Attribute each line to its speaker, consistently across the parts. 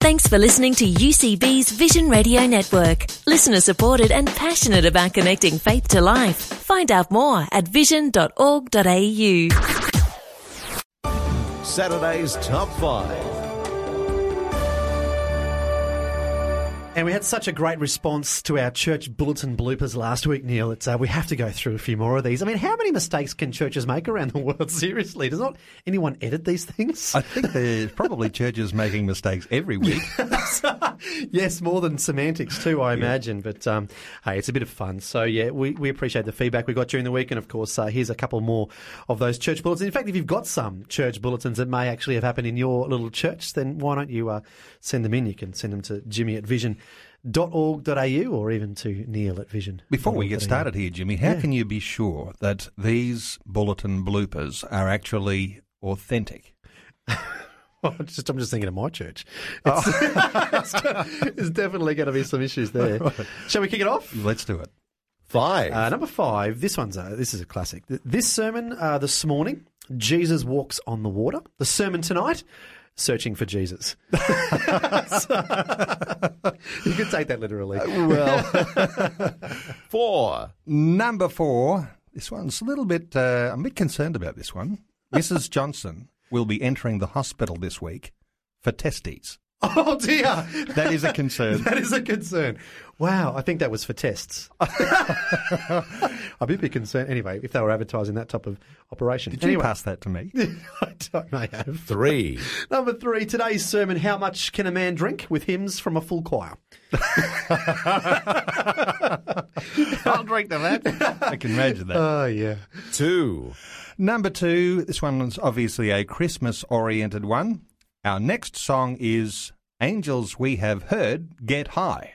Speaker 1: Thanks for listening to UCB's Vision Radio Network. Listener supported and passionate about connecting faith to life. Find out more at vision.org.au.
Speaker 2: Saturday's Top 5.
Speaker 3: And we had such a great response to our church bulletin bloopers last week, Neil. It's, uh, we have to go through a few more of these. I mean, how many mistakes can churches make around the world? Seriously, does not anyone edit these things?
Speaker 4: I think there's probably churches making mistakes every week.
Speaker 3: yes, more than semantics too, I imagine. But um, hey, it's a bit of fun. So yeah, we, we appreciate the feedback we got during the week, and of course, uh, here's a couple more of those church bulletins. In fact, if you've got some church bulletins that may actually have happened in your little church, then why don't you uh, send them in? You can send them to Jimmy at Vision. .org.au or even to Neil at Vision.
Speaker 4: Before we get started here, Jimmy, how can you be sure that these bulletin bloopers are actually authentic?
Speaker 3: I'm just, I'm just thinking of my church. It's, it's, it's definitely going to be some issues there. Shall we kick it off?
Speaker 4: Let's do it.
Speaker 2: 5.
Speaker 3: Uh, number five. This one's a, this is a classic. Th- This sermon uh, this morning, Jesus walks on the water. The sermon tonight, searching for Jesus. So- you could take that literally.
Speaker 4: Uh, Well,
Speaker 2: 4.
Speaker 4: number four. This one's a little bit. Uh, I'm a bit concerned about this one. Mrs. Johnson will be entering the hospital this week for testes.
Speaker 3: oh dear,
Speaker 4: That is a concern.
Speaker 3: that is a concern. Wow, I think that was for tests. I'd be a bit concerned anyway if they were advertising that type of operation.
Speaker 4: Did you
Speaker 3: anyway,
Speaker 4: pass that to me?
Speaker 3: I don't know. Have.
Speaker 2: 3.
Speaker 3: Number three, today's sermon How Much Can a Man Drink? with hymns from a full choir.
Speaker 4: I'll drink to that. I can imagine that.
Speaker 3: Oh, yeah.
Speaker 2: 2.
Speaker 4: Number two, this one's obviously a Christmas oriented one. Our next song is Angels We Have Heard Get High.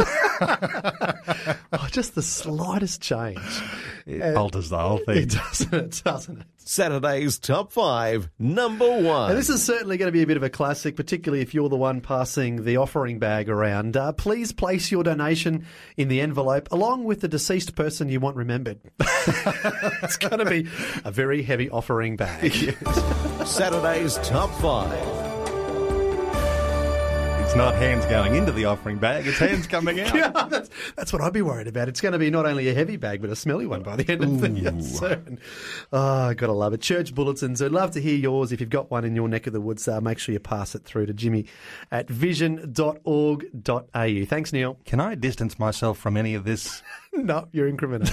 Speaker 3: Oh, just the slightest change.
Speaker 4: It alters the whole thing.
Speaker 3: It doesn't it, doesn't it?
Speaker 2: Saturday's Top 5. Number 1.
Speaker 3: And this is certainly going to be a bit of a classic, particularly if you're the one passing the offering bag around. Uh, please place your donation in the envelope along with the deceased person you want remembered. it's going to be a very heavy offering bag.
Speaker 2: Saturday's Top 5.
Speaker 4: It's not hands going into the offering bag, it's hands coming out.
Speaker 3: Yeah, that's, that's what I'd be worried about. It's going to be not only a heavy bag, but a smelly one by the end of the year. soon. Oh, gotta love it. Church bulletins. I'd love to hear yours. If you've got one in your neck of the woods, uh, make sure you pass it through to Jimmy at vision.org.au. Thanks, Neil.
Speaker 4: Can I distance myself from any of this?
Speaker 3: No, you're incriminated.